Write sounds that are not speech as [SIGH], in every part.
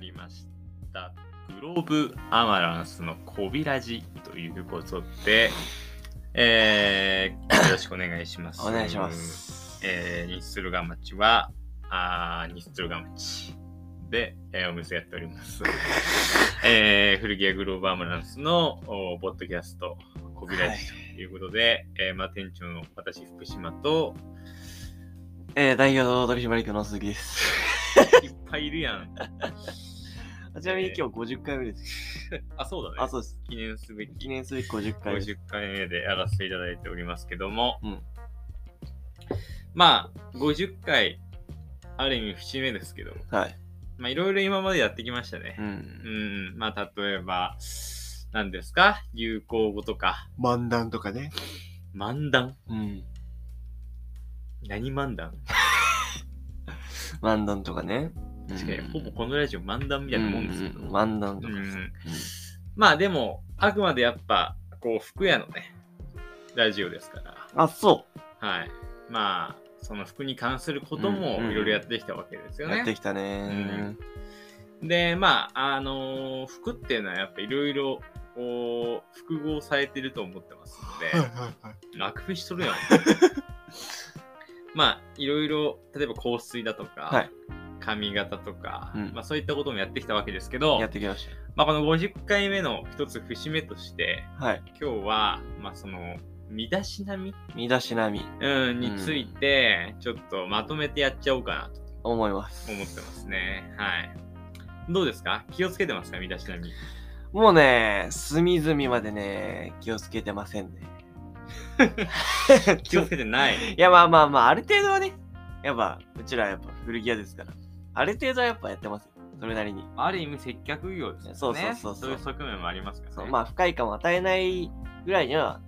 りました。グローブアマランスのこびらじということで、えー、よろしくお願いします。お願いしま。す。えー、ニッスルガマチは、あーニッスルガマチで、えーお店やっており [LAUGHS] ます。えー、古着屋グローブアマランスのおポッドキャスト、こびらじということで、えーまあ、店長の私、福島 [LAUGHS] と、えー、代表の取締役の鈴木です。 [LAUGHS] いっぱいいるやん。あちなみに今日50回目です。あ、そうだね。あ、そうです。記念すべき記念すべき50回です。 50回目でやらせていただいておりますけども、うんまあ50回ある意味節目ですけどはい。まあいろいろ今までやってきましたうね、うんん。まあ例えば何ですか流行語とか漫談とかね。漫談うん。何漫談漫談とかね。確かにうんほぼこのラジオ漫談みたいなもんですけど、うう漫談とかうさ。んまあでもあくまでやっぱこう服屋のねラジオですからあ、そはい。まあ、その服に関することもうんうんいろいろやってきたわけですう。よやってね。きたね。で、まあ、あのー服っていうのはやっぱいろいろ、こう、複合されてると思ってますので、はいはい。楽くしとるやん。 [LAUGHS] まあ、いろいろ、例えば香水だとか、はい髪型とか、うんまあそういったこともやってきたわけですけどや、ってきましまあこの50回目の一つ節目として、た。はい。今日は、まあその、身だしなみ身だしなみ、うん、について、ちょっとまとめてやっちゃおうかなと思います。思ってますね。はい。どうですか気をつけてますか身だしなみ。もうね、隅々までね、気をつけてません [LAUGHS] ね。気をつけてない。いやまあまあまあ、ある程度はね、やっぱ、うちらはやっぱ古着屋ですから、ある程度はやっぱやってますよ。それなりに。 [LAUGHS] ある意味接客業ですよね。そうそうそうそうそういう側面もありますからね。そうまあ、不快感を与えないぐらいには、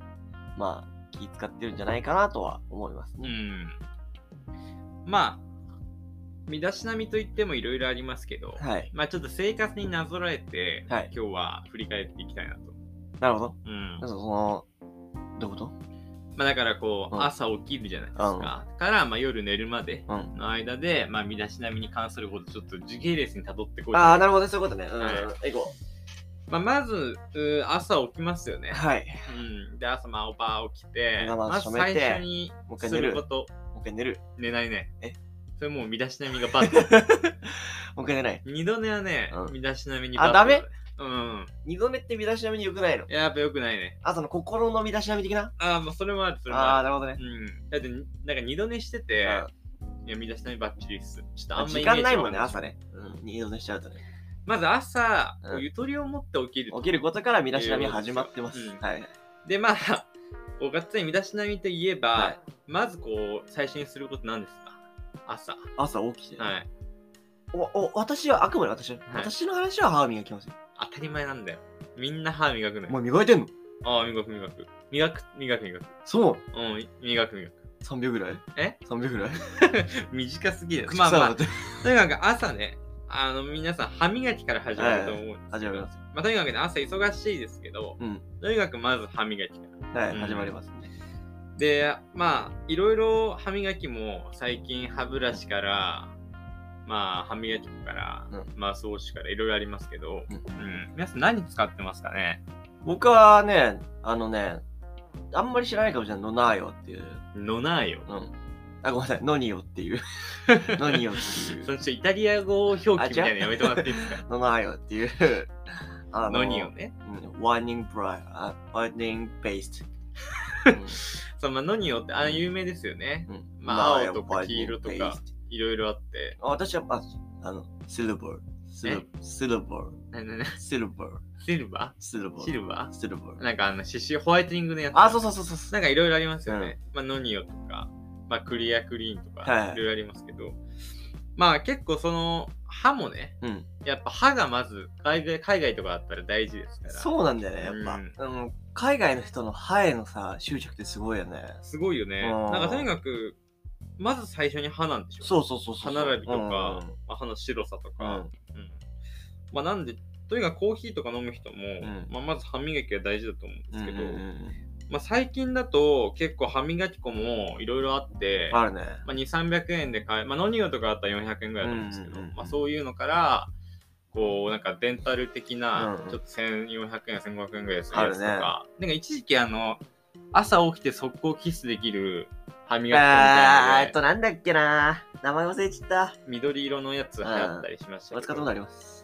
まあ、気使ってるんじゃないかなとは思いますうね。ん。まあ、身だしなみといってもいろいろありますけど、はい。まあちょっと生活になぞらえて、はい今日は振り返っていきたいなと。なるほど。うんなんかその、どういうことまあ、だからこう、うん朝起きるじゃないですか。から、まあ、夜寝るまでうん。の間で、まあ、身だしなみに関することちょっと時系列にたどってこいとああ、なるほどね、そういうことね。うん。はい行こまあ、まずうー朝起きますよねう。、はい。うん、で朝まあおば起きてまあままあず染め最て初にもう一回す寝るる。こもとう一回寝る。寝ないねえそれもう身だしなみがバッ [LAUGHS] ドもう一回寝ない。二度寝はね、うん身だしなみにあバッドだダうん二度寝って身だしなみに良くないのやっぱよくないねあ、その心の身だしなみ的なああまあそれもあるそれもああー、あるなるほどね。うん、だってなんか二度寝してて、いや身だしなみバッチリっすちょっとあんま時イメージ間ないもんね、わか朝んね。うん。二度寝しちゃうとね。まず朝、うんこうゆとりを持って起きる起きることから身だしなみ始まってます。うんはい。でまあ [LAUGHS] おがっつり身だしなみといえば、はいまずこう最初にすることなんですか朝は朝起きて。いお、お、私は、あくまで私は、い私の話は歯磨きますよ。当たり前なんだよみんな歯磨くのよもう磨いてんのああ磨く磨く磨く磨く磨くそう。うん磨く磨く3秒ぐらいえ ?3 秒ぐらい短すぎる [LAUGHS] 口 [LAUGHS] まあま臭あくなってとにかく朝ねあの皆さん歯磨きから始まると思うんです始まります。まあとにかくね朝忙しいですけどうん。とにかくまず歯磨きからはい、うん始まりますね。でまあいろいろ歯磨きも最近歯ブラシからまあ歯磨き粉から、うんまあ装置からいろいろありますけど、うんうん皆さん何使ってますかね僕はね、あのね、あんまり知らないかもしれない。ノナーヨっていう。ノナーようん。あ、ごめんなさい。ノニヨって [LAUGHS] いう。ノニヨっていそのう。ちょイタリア語表記みたいなのやめてもらっていいですかノナーヨっていう。あノニオね。うん。ワーニングブライ、あ、ワーニングベー [LAUGHS] ス。そうまあ、ノニオってあ有名ですよね。うんうんまあ青とか黄色とか。いろいろあって。あ私は、あ、あの、シルバー。シルシルバなー。ななシルバー。シルバシルバーー。シルバシルバーー。なんかあの刺繍ホワイトニングのやつ。あ、そうそうそうそうそう。なんかいろいろありますよね。まあ、ノニオとか、まあ、クリアクリーンとはいか、いろいろありますけど、まあ結構その歯もね、うんやっぱ歯がまず海外海外とかだったら大事ですから、そうなんだよね、やっぱ。うんあの海外の人の歯へのさ、執着ってすごいよね。すごいよね。うんなんかとにかく、まず最初に歯なんでしょそうそうそう歯そう。並びとか、まあ、歯の白さとうんうんか、うん。うんまあなんで、とにかくコーヒーとか飲む人も、んまあ、まず歯磨きが大事だと思うんですけど、うんうんうんまあ、最近だと結構歯磨き粉もいろいろあって、あるね。まあ、2、300円で買え、まあ、ノニオとかだったら400円ぐらいだと思うんですけど、うんうんうんうんまあ、そういうのから、こうなんかデンタル的なうんちょっと1400円1500円ぐらいするやつとあるねか、なんか一時期あの朝起きて速攻キスできる歯磨き粉みたいあなー、えっのと、でなんだっけな名前忘れちゃった。緑色のやつ流行ったりしましたおけ使っど、たことあります。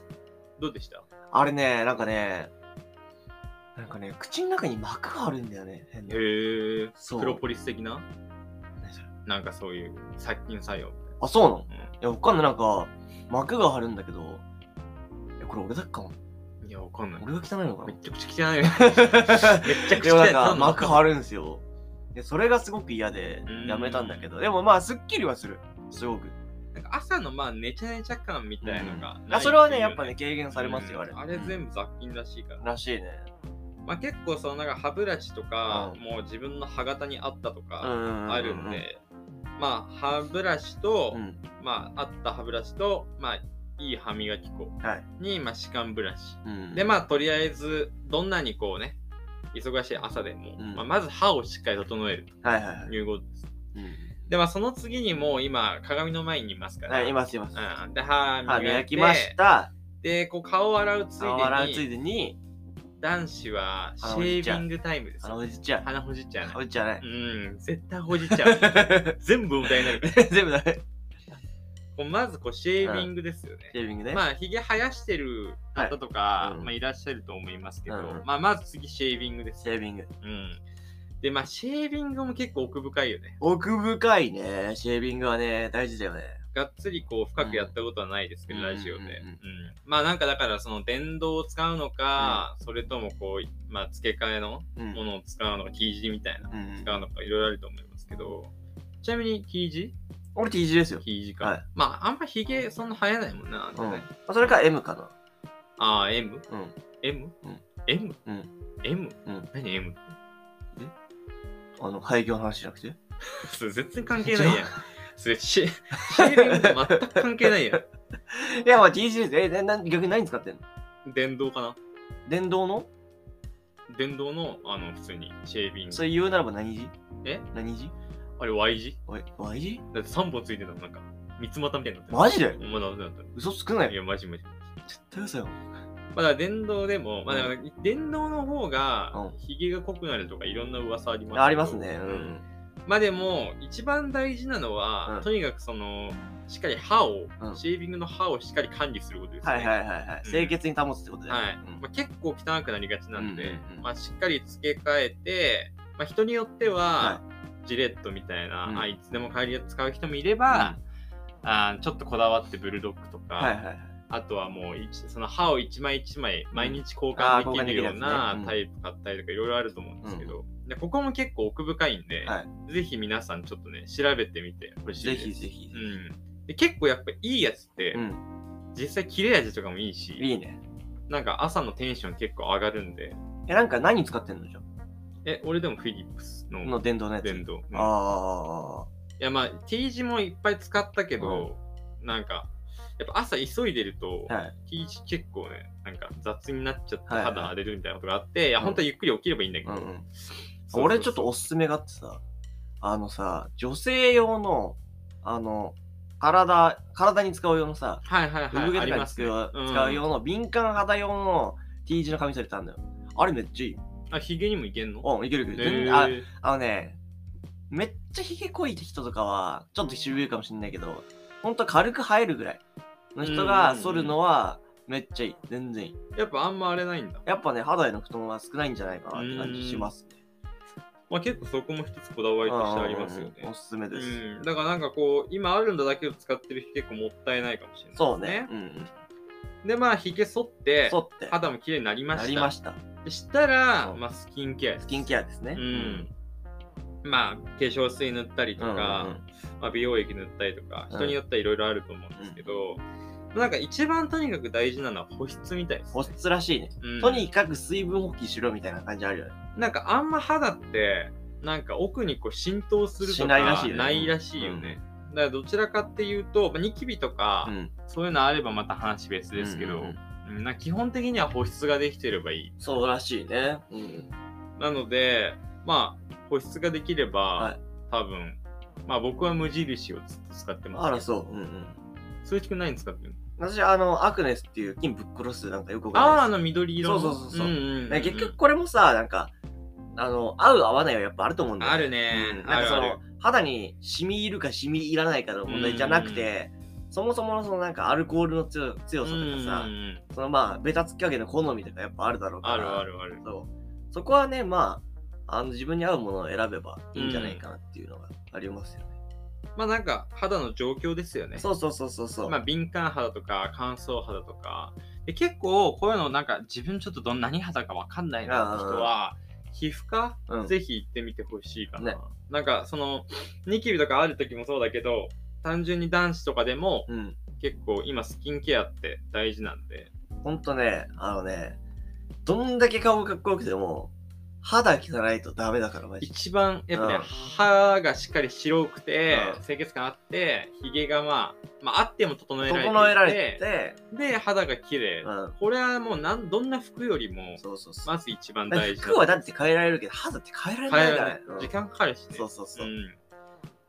どうでしたあれね、なんかね、なんかね、口の中に膜があるんだよね。変なへえそうプロポリス的な何それなんかそういう殺菌作用みたいなあ、そうなのいや、わかんない。なんか、膜が張るんだけど、え、これ俺だっかも。うんいやわかんない俺が汚いのか [LAUGHS] めなっちゃくちゃ汚 [LAUGHS] いよめっちゃくちでゃ汚もないんかなん膜か張るんですよ。で、それがすごく嫌でうーん、やめたんだけど、でもまあ、すっきりはする。すごく。なんか朝のまあネチャネチャ感みたいのが、あそれはね、やっぱね、軽減されますよ、あれ。あれ全部雑菌らしいから、らしいね。まあ、結構そのなんか歯ブラシとか、うんもう自分の歯型に合ったとうかん。あるんで、。まあ歯ブラシと、うん。まあ合った歯ブラシとまあいい歯磨き粉はいに、まあ歯間ブラシうん。でまあとりあえずどんなにこうね忙しい朝でも、うんまあ、まず歯をしっかり整えるあ、はいはいはいと。いうことですうんでまあその次にもう今鏡の前にいますから、はい、いますいます。うん、で歯あ、磨磨いてきました。でこう顔を洗うついで顔洗うについでに、男子はシェービングタイムですあよのおじちゃん。鼻ほじっちゃうおじちゃんねう。ん絶対ほじっちゃう [LAUGHS] 全部無駄になるから [LAUGHS] 全部 [LAUGHS] だね。こうまずこうシェービングですよねシェービングね。まあひげ生やしてる方とか、はいうんまあ、いらっしゃると思いますけど、うんまあ、まず次シェービングですシェービング。うんでまあシェービングも結構奥深いよね奥深いね。シェービングはね、大事だよね。がっつりこう深くやったことはないですけど、うんラジオで、うんうんうんうんまあなんかだからその電動を使うのか、それともこう、まあ、付け替えのうん。ものを使うのか生地みたいなうんうん使うのかいろいろあると思いますけどちなみに生地俺 T 字ですよ。生地か、はいまああんまひげそんな生えないもんな、あんたうん。ねまあそれか M かな。ああ M? うん。 M? うん M? うん M? うん何 M? あの、廃業の話じゃなくて。それ全然関係ないやん。それシェシェービングと全く関係ないやいや、まあ T 字です。え、なな逆に何使ってんのん。電動かな電動の電動の、あの、普通にシェービンそグ。れ言うならば何字え何字あれ Y 字おい、Y 字だって3本ついてたの、なんか、三つ股みたいになってるマジでまだ、まだ、まだ嘘つくないいや、マジマジ。絶対嘘よ。まあだから電動でも、まあ、だから電動の方がうひげが濃くなるとかいろんな噂ありますけどありますね。うん。まあでも一番大事なのは、うんとにかくそのしっかり歯を、うんシェービングの歯をしっかり管理することですねはいはいはいはい。うん清潔に保つってことだよねはいまあ、結構汚くなりがちなんで、うんうんうんまあ、しっかり付け替えて、まあ、人によっては、はジレットみたいな、うんあいつでも帰りや使う人もいれば、あーちょっとこだわってブルドッグとか、はいはいはい。あとはもう一その歯を一枚一枚毎日交あー換できるよう交換できるやつなねうんタイプ買ったりとかいろいろあると思うんですけど、でここも結構奥深いんで、はぜひ皆さんちょっとね調べてみてほしいぜですひぜひ。うん、で結構やっぱいいやつって、うん。実際切れ味とかもいいしいいね。なんか朝のテンション結構上がるんでえ、なんか何使ってんのじゃんえ俺でもフィリップスのの電動のやつ。電動、うんあいやまあ T 字もいっぱい使ったけど、なんかやっぱ朝急いでると、あ。はい。 T 字結構ねなんか雑になっちゃってはいはい肌荒れるみたいなことがあって、いや本当はゆっくり起きればいいんだけうど、んうん。そうそうそう俺ちょっとおすすめがあってさ、あのさ、女性用の、あの、体、体に使う用のさ、はいはいはい産毛あとりかにます使ねう使う用の敏感肌用の T 字の髪されてあんだよ。あれめっちゃいいよ。あひげにもいけんのうん、いけるいける。全へ然ーああのね、めっちゃひげ濃い人とかは、ちょっと渋いかもしんないけど、ほんと軽く生えるぐらいの人うがんうんうん剃るのは、めっちゃいい。全然いい。やっぱあんま荒れないんだ、やっぱね、肌への負担は少ないんじゃないかなって感じしますね。まあ、結構そこも一つこだわりとしてありますよねうんうんうんおすすめです。うん、だからなんかこう今あるんだだけど使ってる人結構もったいないかもしれないですねそうね。うんうん。でまあひげ剃って剃って。肌も綺麗になりましたなりました。でしたら、そうまあ、スキンケアですスキンケアですね。うん。まあ化粧水塗ったりとうんうんうんか、まあ、美容液塗ったりとかうん人によってはいろいろあると思うんですけど、まあなんか一番とにかく大事なのは保湿みたいです、保湿らしいね。うんとにかく水分補給しろみたいな感じあるよね。なんかあんま肌ってなんか奥にこう浸透するとかしないらしいよねないらしいよねだからどちらかっていうと、まあニキビとか、うん。そういうのあればまた話別ですけど、うんうんうんうんなんか基本的には保湿ができてればいいそうらしいね。うん。なのでまあ保湿ができれば、はい多分まあ僕は無印をずっと使ってますあけどら、そう。うんうん。鈴木くん何使ってるの私、あの、アクネスっていう金ぶっ殺すなんかよくわかんああ、ないあですの緑色の。そうそうそうそうんんんね結局、これもさ、なんか、あの、合う合わないはやっぱあると思うんだよ、あるねうんなんかそあるあの、肌に染み入るか染み入らないかの問題じゃなくて、そもそものそのなんかアルコールの強強さとかさ、うんうんそのまあ、ベタつき加減の好みとかやっぱあるだろうから。あるあるある。そう。そこはね、まあ、あの自分に合うものを選べばいいんじゃないかなっていうのがありますよね。まあなんか、肌の状況ですよね。そうそうそうそうそう。まあ、敏感肌とか乾燥肌とかで結構こういうのなんか自分ちょっとどんな何肌かわかんないなって人は皮膚科、うんぜひ行ってみてほしいかな、ねなんかそのニキビとかある時もそうだけど単純に男子とかでもうん。結構今スキンケアって大事なんでほんとね、あのね、どんだけ顔かっこよくても、肌汚いとダメだから、マジで。一番やっぱね、うん歯がしっかり白くて、うん清潔感あってひげがまあ、まあ、あっても整えられていて整えられて、で肌が綺麗、うん。これはもうなんどんな服よりもそうそうそう。まず一番だから大事服はだって変えられるけど、肌って変えられないからね。うん時間かかるしね。そうそうそう。うん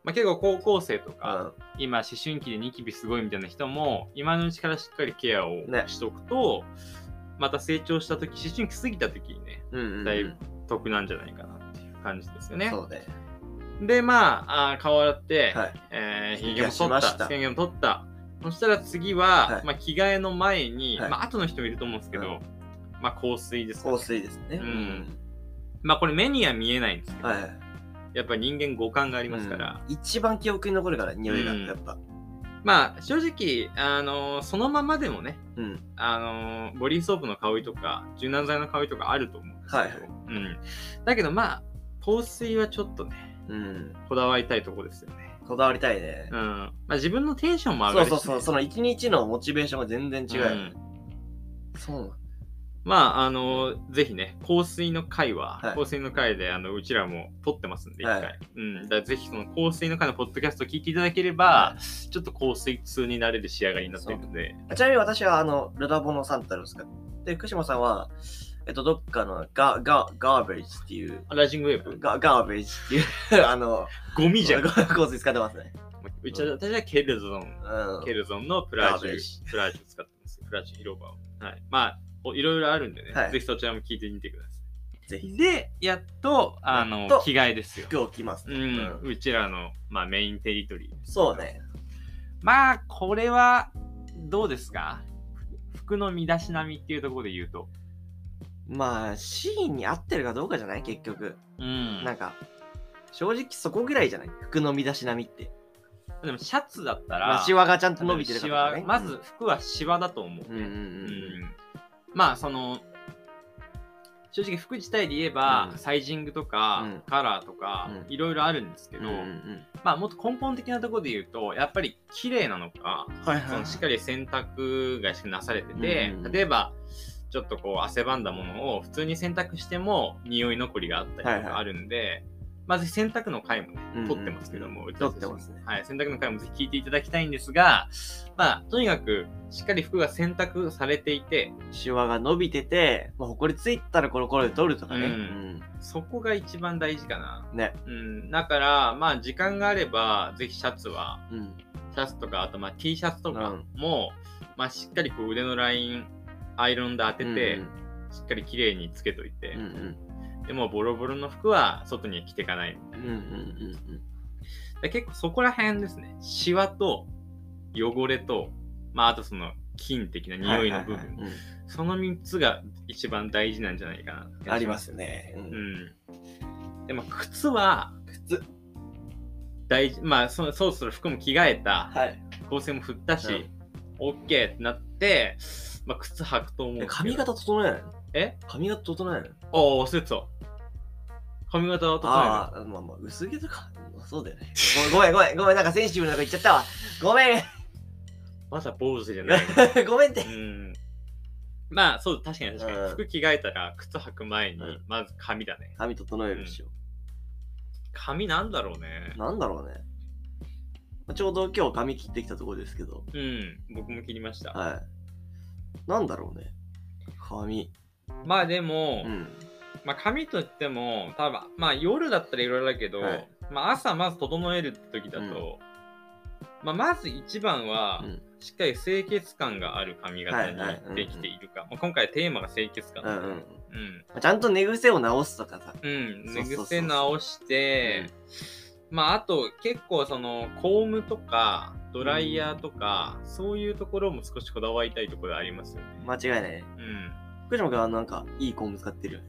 まあ、結構高校生とうか、ん今思春期でニキビすごいみたいな人も今のうちからしっかりケアをねしとくと、また成長した時思春期過ぎた時にねうんうんうん。だいぶ得なんじゃないかなっていう感じですよね。そうね。でまああー顔洗って、はい。えー、ひげも取っいやしましたたひげも取ったそしたら次は、はいまあ、着替えの前に、はいまあ後の人もいると思うんですけど、うんまあ、香水ですかね、香水ですね。うんまあこれ目には見えないんですけど、はい。やっぱ人間五感がありますから、うん一番記憶に残るから匂いがうんやっぱ、まあ正直、あのーそのままでもね、うんあのーボディーソープの香りとか柔軟剤の香りとかあると思うんですけど、はいはいうん、だけどまあ香水はちょっとねうん、こだわりたいとこですよね、こだわりたいねうん、まあ自分のテンションも上がそうるし、そね、うそうその一日のモチベーションが全然違うよね、そうなんだまああのーぜひね香水の会は、はい香水の会であのうちらも撮ってますんで一回、はうん、だからぜひその香水の会のポッドキャストを聞いていただければ、ちょっと香水通になれる仕上がりになっているのでちなみに私はあのルダボのサンタルを使って福島さんはえっとどっかのガガガーベージっていうライジングウェーブガガーベージっていう [LAUGHS] あのゴミじゃんご香水使ってますねうちは私はケルゾン、うんケルゾンのプラージガーベュージ、プラージュ使ってます。プラージュ広場を。はい。まあ、おいろいろあるんでね、はいぜひそちらも聞いてみてくださぜひい。で、やっと、あやのっと、着替えですよ。服を着ますうね、ん、うちらの、まあ、メインテリトリーです。そうねまあ、これは、どうですか服の身だしなみっていうところで言うと。まあシーンに合ってるかどうかじゃない結局、うんなんか正直そこぐらいじゃない服の身だしなみってでも、シャツだったら、まあ、シワがちゃんと伸びてるかシとか、ワね、まず服はシワだと思う。うんうんうんまあその正直服自体で言えば、うんサイジングとか、うんカラーとか、うんいろいろあるんですけうんど、うんまあもっと根本的なところで言うとやっぱり綺麗なのか、はいそのしっかり洗濯がなされてて、うん例えばちょっとこう汗ばんだものを普通に洗濯しても匂い残りがあったりとはいかはいあるんで、まず洗濯の回もねうんうん撮ってますけども、うちた撮っちてますねはい、洗濯の回もぜひ聞いていただきたいんですが、まあ、とにかくしっかり服が洗濯されていて、シワが伸びてて、まあ、ほこりついたらコロコロで取るとかね、ううんんそこが一番大事かな。ね、うん、だから、まあ、時間があれば、ぜひシャツは、うん、シャツとか、あとまあ T シャツとうかんも、まあ、しっかりこう腕のライン、アイロンで当てて、しっかり綺麗につけといて、うんうんでもうボロボロの服は外には着ていかない。うんうんうんうんで結構そこら辺ですね、シワと汚れと、まあ、あとその菌的な匂いの部分。はははいその3つが一番大事なんじゃないかなってうんありますね、ううんん。でも靴は、靴大事、まあそ、そろそろ服も着替えた、はい構成も振ったうし、オッケーってなって、まあ、靴履くと思うけえど。髪型整えないのえ髪型整えないのああ、忘れてた。髪型はああまあまあ薄毛とかまあそうだよねごめんごめんごめんなんかセンシティブなこと言っちゃったわごめん [LAUGHS] まだ坊主じゃない。ごめんってうん。まあ、そう、確かに確かうに。ん服着替えたら、靴履く前にうん、まず髪だね。髪整えるでしょ、髪なんだろうね。なんだろうねまあちょうど今日髪切ってきたところですけどうん、僕も切りました。はい。なんだろうね。髪。まあでも、うん。まあ髪といっても多分まあ夜だったらいろいろだけど、はいまあ朝まず整えるって時だと、まあまず一番は、うんしっかり清潔感がある髪型にはいはいうんうんできているか、まあ、今回テーマが清潔感うだんからうんうんちゃんと寝癖を直すとかさ。うん、そうそうそう寝癖直して、まああと結構そのコームとかドライヤーとか、そういうところも少しこだわりたいところありますよね。間違いないね。うん。福島君はなんか、いいコーム使ってるよね。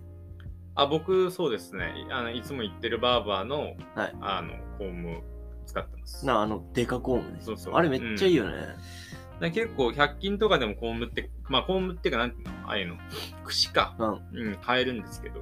あ、僕そうですね。あのいつも行ってるバーバーの、はいあのコーム使ってます。なあ、あの、デカコームね。そうそうあれめっちゃいいよね。で結構100均とかでもコームって、まあコームっていうかなんていうのああいうの、櫛か。うん。うん、変えるんですけど。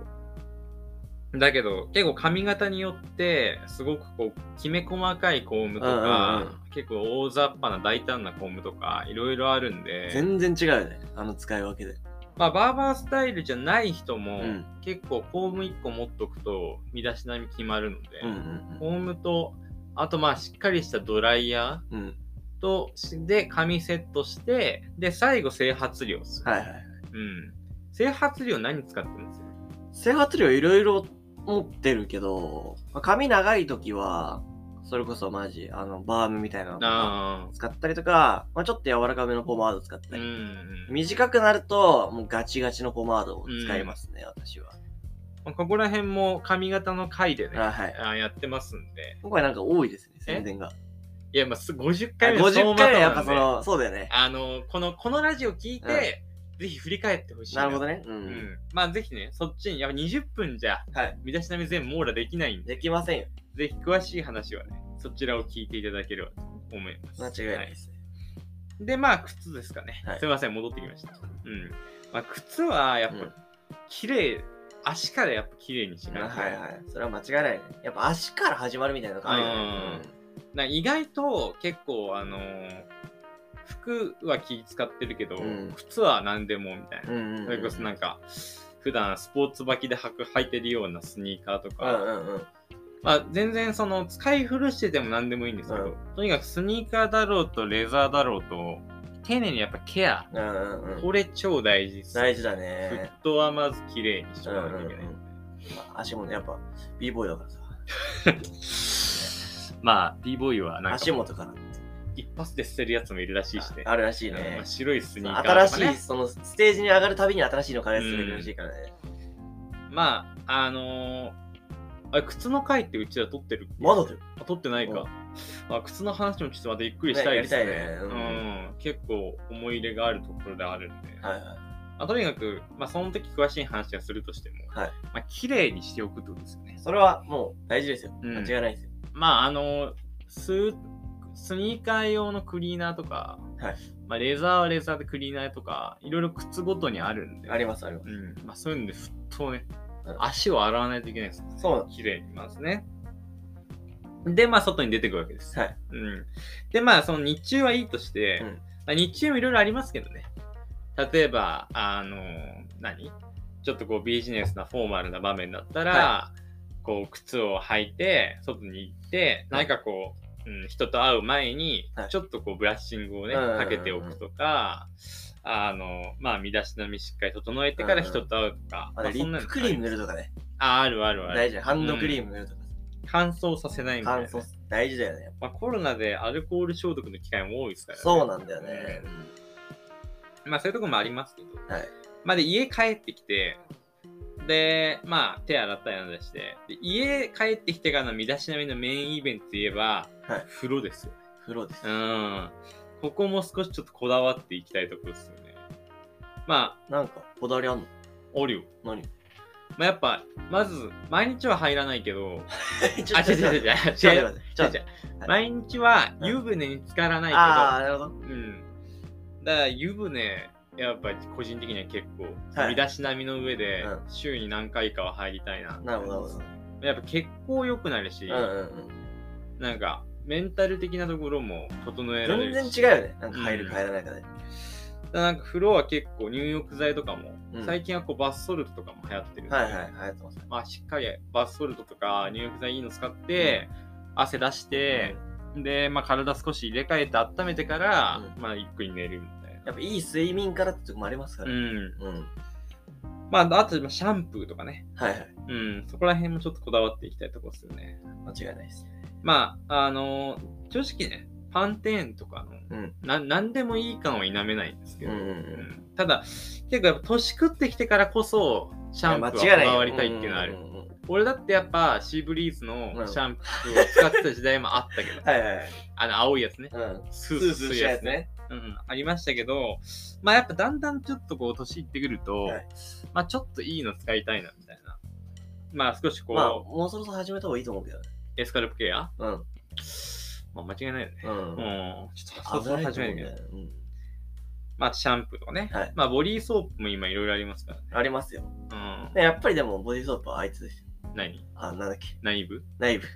だけど、結構髪型によって、すごくこう、きめ細かいコームとか、うんうん結構大雑把な大胆なコームとか、いろいろあるんで、全然違うよね。あの使い分けで。まあ、バーバースタイルじゃない人も、うん結構コーム1個持っとくと、身だしなみ決まるので、うんうんコームと、あとまあ、しっかりしたドライヤうん。うん。ーと、しで、髪セットして、で、最後、整髪料する。はいはい。うん。整髪料何使ってます整髪料いろいろ持ってるけど、まあ髪長い時は、それこそマジ、あの、バームみたいなのあ使ったりとか、まあ、ちょっと柔らかめのポマード使っあ。たうり。ん。短くなると、もうガチガチのポマードを使いますね、私は。まあここら辺も髪型の回でね、あはい。あやってますんで。今回なんか多いですね、え宣伝が。いや、まあ、す50あ回目50回はやっぱ総そまとめなんでの、そうだよね。あの、この、このラジオ聞いて、ぜひ振り返ってほしい。なるほどね。ね。う。うんん。まあ、ぜひね、そっちに、やっぱ20分じゃ、はい。身だしなみ全部網羅できないんで、できませんよ。ぜひ詳しい話はね、そちらを聞いていただければと思います。間違いないはですね。で、まあ、靴ですかね。はいすいません、戻ってきました。うん。まあ、靴は、やっぱ、うん綺麗、足からやっぱ綺麗にしないと。はいはい。それは間違いないね。やっぱ足から始まるみたいなのがあるよね。な意外と結構あのー服は気使ってるけど、うん靴は何でもみたいな、うんうんうんうん。それこそなんか普段スポーツ履きで履く履いてるようなスニーカーとうんか、うんうん。まあ、全然その使い古してても何でもいいんですけど、うんとにかくスニーカーだろうとレザーだろうと丁寧にやっぱケアうんうんうんこれ超大事です大事だフね。ットはまず綺麗にしとかなきゃいけない、うんうんうんまあ足もね、やっぱ、b ボーイだからさ。まあ b ボーイはなんか足元から。一発で捨てるやつもいるらしいしねあるらしいうんまねあ。白いスニーカーとか、ね、新しい、そのステージに上がるたびに新しいの開発するらしいからね。まあ、あのーあれ靴の回ってうちら撮ってるまだだよ。あ撮ってないか。あ、靴の話もちょっとまたゆっくりしたいですね。ねやりたいねううんん、結構思い入れがあるところであるんで。はいはい。まあ、とにかく、まあ、その時詳しい話はするとしても、はいまあ、綺麗にしておくってことですよね。それはもう大事ですよ。うん間違いないですよ。まあ、あのース、スニーカー用のクリーナーとか、はいまあ、レザーはレザーでクリーナーとか、いろいろ靴ごとにあるんで。ありますありまうん。まあ、そういうんで、ふっとねうん、足を洗わないといけないです。す。そうなんで綺麗にまずね。で、まあ、外に出てくるわけです。す。はい。うん、で、まあ、その日中はいいとして、うんまあ、日中もいろいろありますけどね。例えば、あの何ちょっとこうビジネスなフォーマルな場面だったら、はこう靴を履いて、外に行って、は何いかこう、うん、人と会う前には、いちょっとこうブラッシングをね、うんうんうんうんかけておくとか、あの、まあ、身だしなみしっかり整えてから人と会うとか、あまとあリそんなッのプクリーム塗るとかね。あ、あるあるある。大事。ハンドクリーム塗るとか。乾燥させないみたいな乾ね、燥、大事だよね。まあ、コロナでアルコール消毒の機会も多いですからね。そうなんだよね。まあそういうとこもありますけど。はいまあで、家帰ってきて、で、まあ手洗ったりなんだりして、で家帰ってきてからの身だしなみのメインイベントといえば、はい風呂ですよ。風呂ですう。ん。ここも少しちょっとこだわっていきたいところですよね。まあ、なんか、こだわりあんのおるよ。何まあやっぱ、まず、毎日は入らないけど、ちあ、違う違う違う違うちょ違っうと違待ってちょっと待ってちょっう違と待ってうはい毎日は湯船に浸からないけど、ああ、なるほど。うん。だから湯船、やっぱり個人的には結構、はい身だしなみの上でう、週に何回かは入りたいな。なるほど、なるほど。やっぱ血行良くなるし、うんうんうん。なんか、メンタル的なところも整えられ全る然し。違うよね。なんか入うるん入らないかで。だからなんか風呂は結構入浴剤とかも、うん最近はこうバスソルトとかも流行ってるんで、はいはい、入ってます。まあしっかりバスソルトとか入浴剤いいの使って、汗出して、で、まあ体少し入れ替えて温めてから、うまあゆっくり寝るみたいな。やっぱいい睡眠からってとこもありますかうら。うん。ん。まあ、あと、まあシャンプーとかね。はいはい。うん、そこら辺もちょっとこだわっていきたいところですよね。間違いないですね。まあ、あのー正直ね、パンテーンとかのうんな何でもいい感は否めないんですけうんど、ううんんただ結構やっぱ年食ってきてからこそシャンプーはこいや間違いないだわりたいっていうのはある、うんうんうん俺だってやっぱシーブリーズうのんシャンプーを使ってた時代もあったけどはいはいはいあの青いやつ [LAUGHS] ねうんススーーススーーすしるたややつつね、ねうん、ありましたけどまあやっぱだんだんちょっとこう年いってくると、はいまあちょっといいの使いたいなみたいなまあ少しこう、まあもうそろそろ始めた方がいいと思うけどねエスカルプケア、うんまあ、間違いないよねうんう危ないん、ちょっととそ思ろうそんろ始だめるよけねど、うんまあシャンプーとかね、はいまあボディーソープも今いろいろありますからねありますよ。うんねやっぱりでもボディーソープはあいつですよ。何あ、なんだっけ。ナイブナイブ。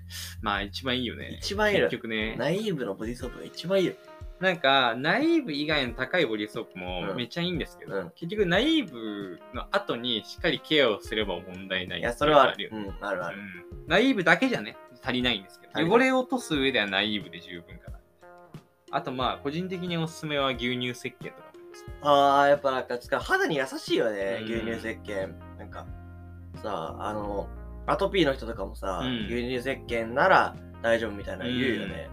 まあ一番いいよね一番いい結よ。局ねナイブのボディーソープが一番いいよ。なんかナイーブ以外の高いボディーソープもうんめっちゃいいんですけど、うん結局ナイーブの後にしっかりケアをすれば問題ないいや、それはあっている。ううのん、あるがああるる。うんナイーブだけじゃね足りないんですけ足りなどい汚れを落とす上ではナイーブで十分かなあとまあ個人的におすすめは牛乳石鹸とかもですああ、やっぱなんか、つか肌に優しいよね、うん牛乳石鹸。なんか、さあ、あの、アトピーの人とかもさ、うん牛乳石鹸なら大丈夫みたいなの言うよね。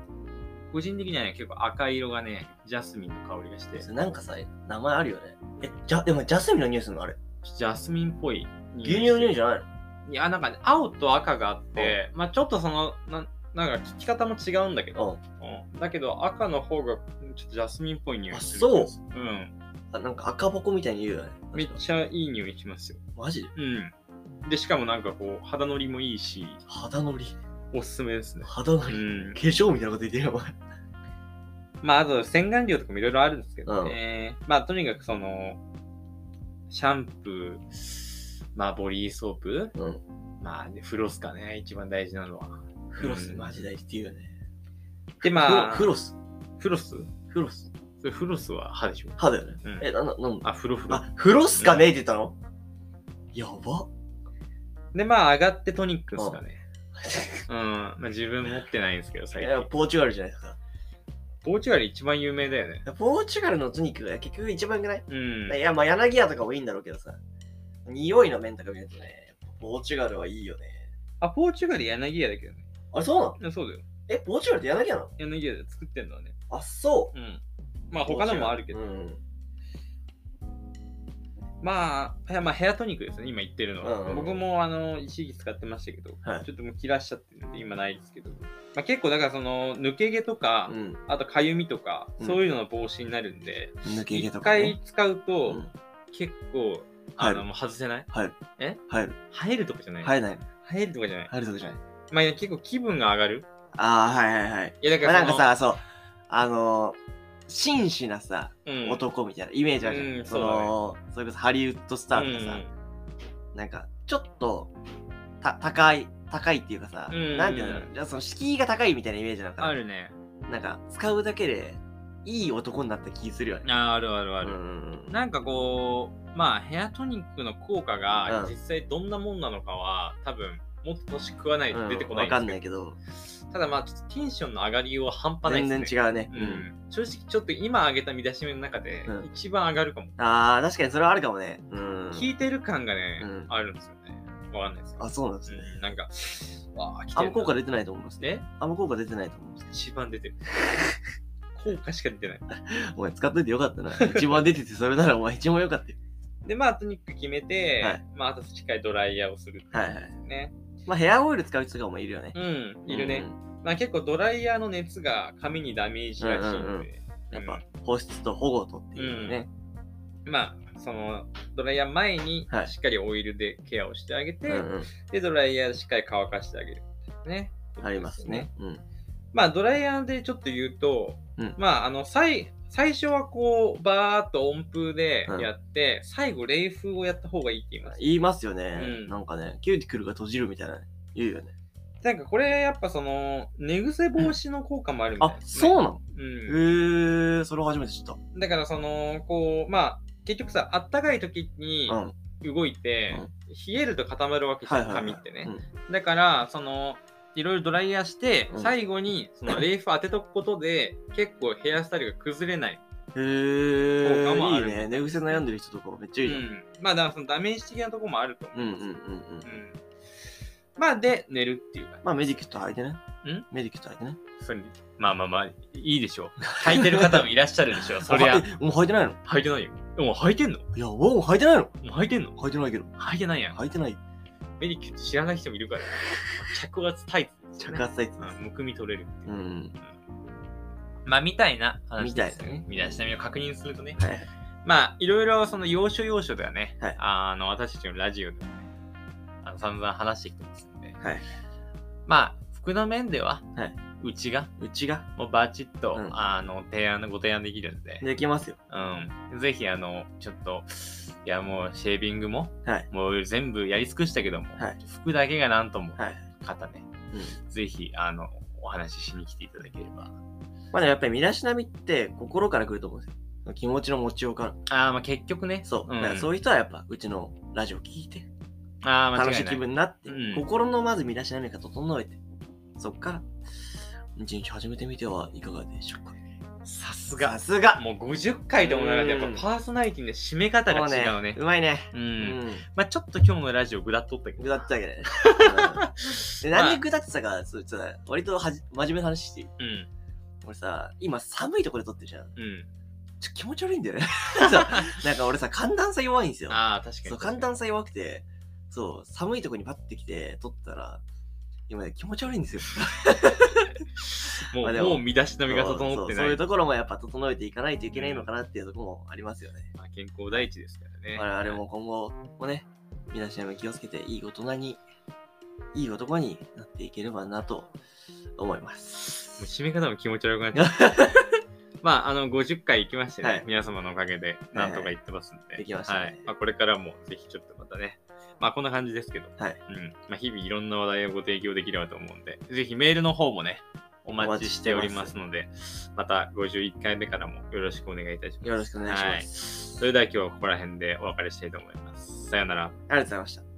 個人的にはね結構赤色がねジャスミンの香りがしてそれなんかさ、名前あるよね。え、じゃ、でもジャスミンのニュースのあれ。ジャスミンっぽい牛乳のニュースじゃないのいやなんか、ね、青と赤があって、まあちょっとそのななんか聞き方も違うんだけど、うんだけど赤の方がちょっとジャスミンっぽい匂いするあそううんあなんか赤ぼこみたいに言うよね。めっちゃいい匂いしますよマジでうんでしかもなんかこう肌のりもいいし肌のり。おすすめですね肌のうり。ん化粧みたいなこと言ってるよ、お前。まああと洗顔料とかもいろいろあるんですけどうんね、まあとにかくそのシャンプーまあボディーソープうん。まあ、ね、フロスかね一番大事なのはフロス、うんマジでっていうよね。でまあフロフロス。フロスフロス。それフロスは歯でしょ歯だよね。うんえ、なんだ、なんだ。あ、フロフロ。あ、フロスかねって言ったのやば。で、まあ、上がってトニックですかね。うん。まあ、自分持ってないんですけど、い最や近。ポーチュガルじゃないですか。ポーチュガル一番有名だよね。ポーチュガルのトニックが結局一番よくない、うん。いや、まあ柳屋とかもいいんだろうけどさ。匂いの面とか見るとね、ポーチュガルはいいよね。あ、ポーチュガル柳屋だけどね。あ、そうなのいやそうだよ。え、ポーチュガルって柳屋なの柳屋で作ってんのはね。あ、そう。うん。まあ、他のもあるけど。うん。まあ、いやまあ、ヘアトニックですね、今言ってるのは。うんうん僕も、あの、一時期使ってましたけど、はいちょっともう切らしちゃってるんで、今ないですけど。まあ、結構、だから、その、抜け毛とか、うん。あと、かゆみとか、うんそういうのの防止になるんで、抜け毛一とか、ね。回使うと、うん結構、あ入の、る。もう外せない入る。え入る。入るとかじゃない、入れない。入るとかじゃない、入るとかじゃない。まあいや結構気分が上がるああ、はいはいはい。いやだかまあ、らなんかさ、そう、あのー、真摯なさ、そのうん、男みたいなイメージあるじゃん。うんそのそれこそハリウッドスターとかさ、うんなんかちょっとた高い高いっていうかさ、うんなんていうのじゃあその敷居が高いみたいなイメージなんかあなるねなんか使うだけでいい男になった気するよね。ああるあるあうる、んなんかこうまあヘアトニックの効果がうん実際どんなもんなのかは多分もっと年食わないと出てこないわかんないけけど、どただまあちょっとテンションの上がりようは半端ない全ですね然違うね。う、ん、正直ちょっと今上げた見出し目の中でうん一番上がるかも、ああ、確かにそれはあるかもね。うん、聞いてる感がね、うんあるんですよねわかんないですけどあ、そうなんですね。うん、なんかわあ来てあんるまな効果出てないと思いますね。えあんま効果出てないと思います。一番 [LAUGHS] 出てる。効果しか出てない。お前使っといてよかったな。一番出ててそれならお前一番よかったよ。で、まあ、トニック決めて、はいまあ、あとしっかりドライヤーをするってはいはい。いうね。 [LAUGHS] まあヘアオイル使う人とかもいるよね。うん、いるね。まあ、結構ドライヤーの熱が髪にダメージらしいうんうんのうんで、うん。やっぱ保湿と保護とっていうね。まあ、その、ドライヤー前にはいしっかりオイルでケアをしてあげて、うんうんで、ドライヤーでしっかり乾かしてあげるみたいなね。ありますね。。うん。まあ、ドライヤーでちょっと言うと、うんまあ、あの、最、最初はこう、バーっと温風でやって、最後、冷風をやった方がいいって言います。言いますよね。うんなんかね、キューティクルが閉じるみたいな言うよね。なんかこれやっぱその寝癖防止の効果もあるみたいあ、ですそうね、なのへうー、それ初めて知った。ん、だからそのこうまあ結局さあったかい時にうん。動いて、うん冷えると固まるわけじはゃいん、はい。髪ってね、うん。だからそのいろいろドライヤーして、うん最後にそ [LAUGHS] のレーフ当てとくことで結構ヘアスタイルが崩れない、へー、効果もあいいるね。寝癖悩んでる人とかめっちゃういいじゃん。ん、まあだからそのダメージ的なところもあると思うんううんんですよ、うんううん。んまあで、寝るっていうか、まあ、メディキット履いてね。んメディキット履いてね。それにまあまあまあ、いいでしょ [LAUGHS] う。履いてる方もいらっしゃるでしょう。そりゃあ、えもう履いてないの履いてないよ。もう履いてんのもいや、もう履いてないのう履いてんの履いてないけど。履いてないやん。履いてない。メディキュット知らない人もいるから。着圧タイツ、着圧サイズうん。むくみ取れるっていうう。ん。まあ、みたいな話ですよね。身みだしなみを確認するとね。はい。まあ、いろいろその要所要所ではね、はいあの私たちのラジオでもね、あの散々話してきてますんで、はいまあ、服の面では、はいうちが、うちがもうバチッと、うんあの提案ご提案できるんで、できますよ。うん、ぜひ、あの、ちょっと、いや、もうシェービングも、はいもう全部やり尽くしたけども、はい服だけがなんとも、はい。方ね、うんぜひ、あの、お話ししに来ていただければ。まあでもやっぱり身だしなみって心から来ると思うんですよ。気持ちの持ちようから。あーまあ結局ね、そう。うんだからそういう人はやっぱうちのラジオ聞いて、あー間違い楽ないしい気分になって、うん心のまず身だしなみが整えて、そっから、一日始めてみてはいかがでしょうか。さすがさ。すがもう50回でもなかったやっぱうんパーソナリティの締め方が違うね。うまいね。う。うんん。まあちょっと今日のラジオぐだっとったけど。ぐだってたけど [LAUGHS] ね。うんでまあなんでぐだってたか、そう言ってた割とはじ真面目な話していいうん。俺さ、今寒いところで撮ってるじゃん。うん。ちょ気持ち悪いんだ [LAUGHS] よね。そうなんか俺さ、寒暖差弱いんですよ。ああ、確かに。そう、寒暖差弱くて、そう、寒いとこにパッて来て撮ったら、今ね気持ち悪いんですよ。もまあう、でももう身だしなみがそ整っうてそなういうい。ところもやっぱ整えていかないといけないのかなっていうところもありますよね。まあ健康第一ですからね。我々も今後もね、身だしなみ気をつけて、いい大人に、いい男になっていければなと思います。もう締め方も気持ち悪くなっちゃう。 [LAUGHS] まあ、あの、50回行きましてね、はい皆様のおかげで、なんとか行ってますんで。できましたねはい。まあ、これからも、ぜひちょっとまたね、まあ、こんな感じですけど、はいうん。まあ、日々いろんな話題をご提供できればと思うんで、ぜひメールの方もね、お待ちしておりますので、また51回目からもよろしくお願いいたします。よろしくお願いします。はい。それでは今日はここら辺でお別れしたいと思います。さようなら。ありがとうございました。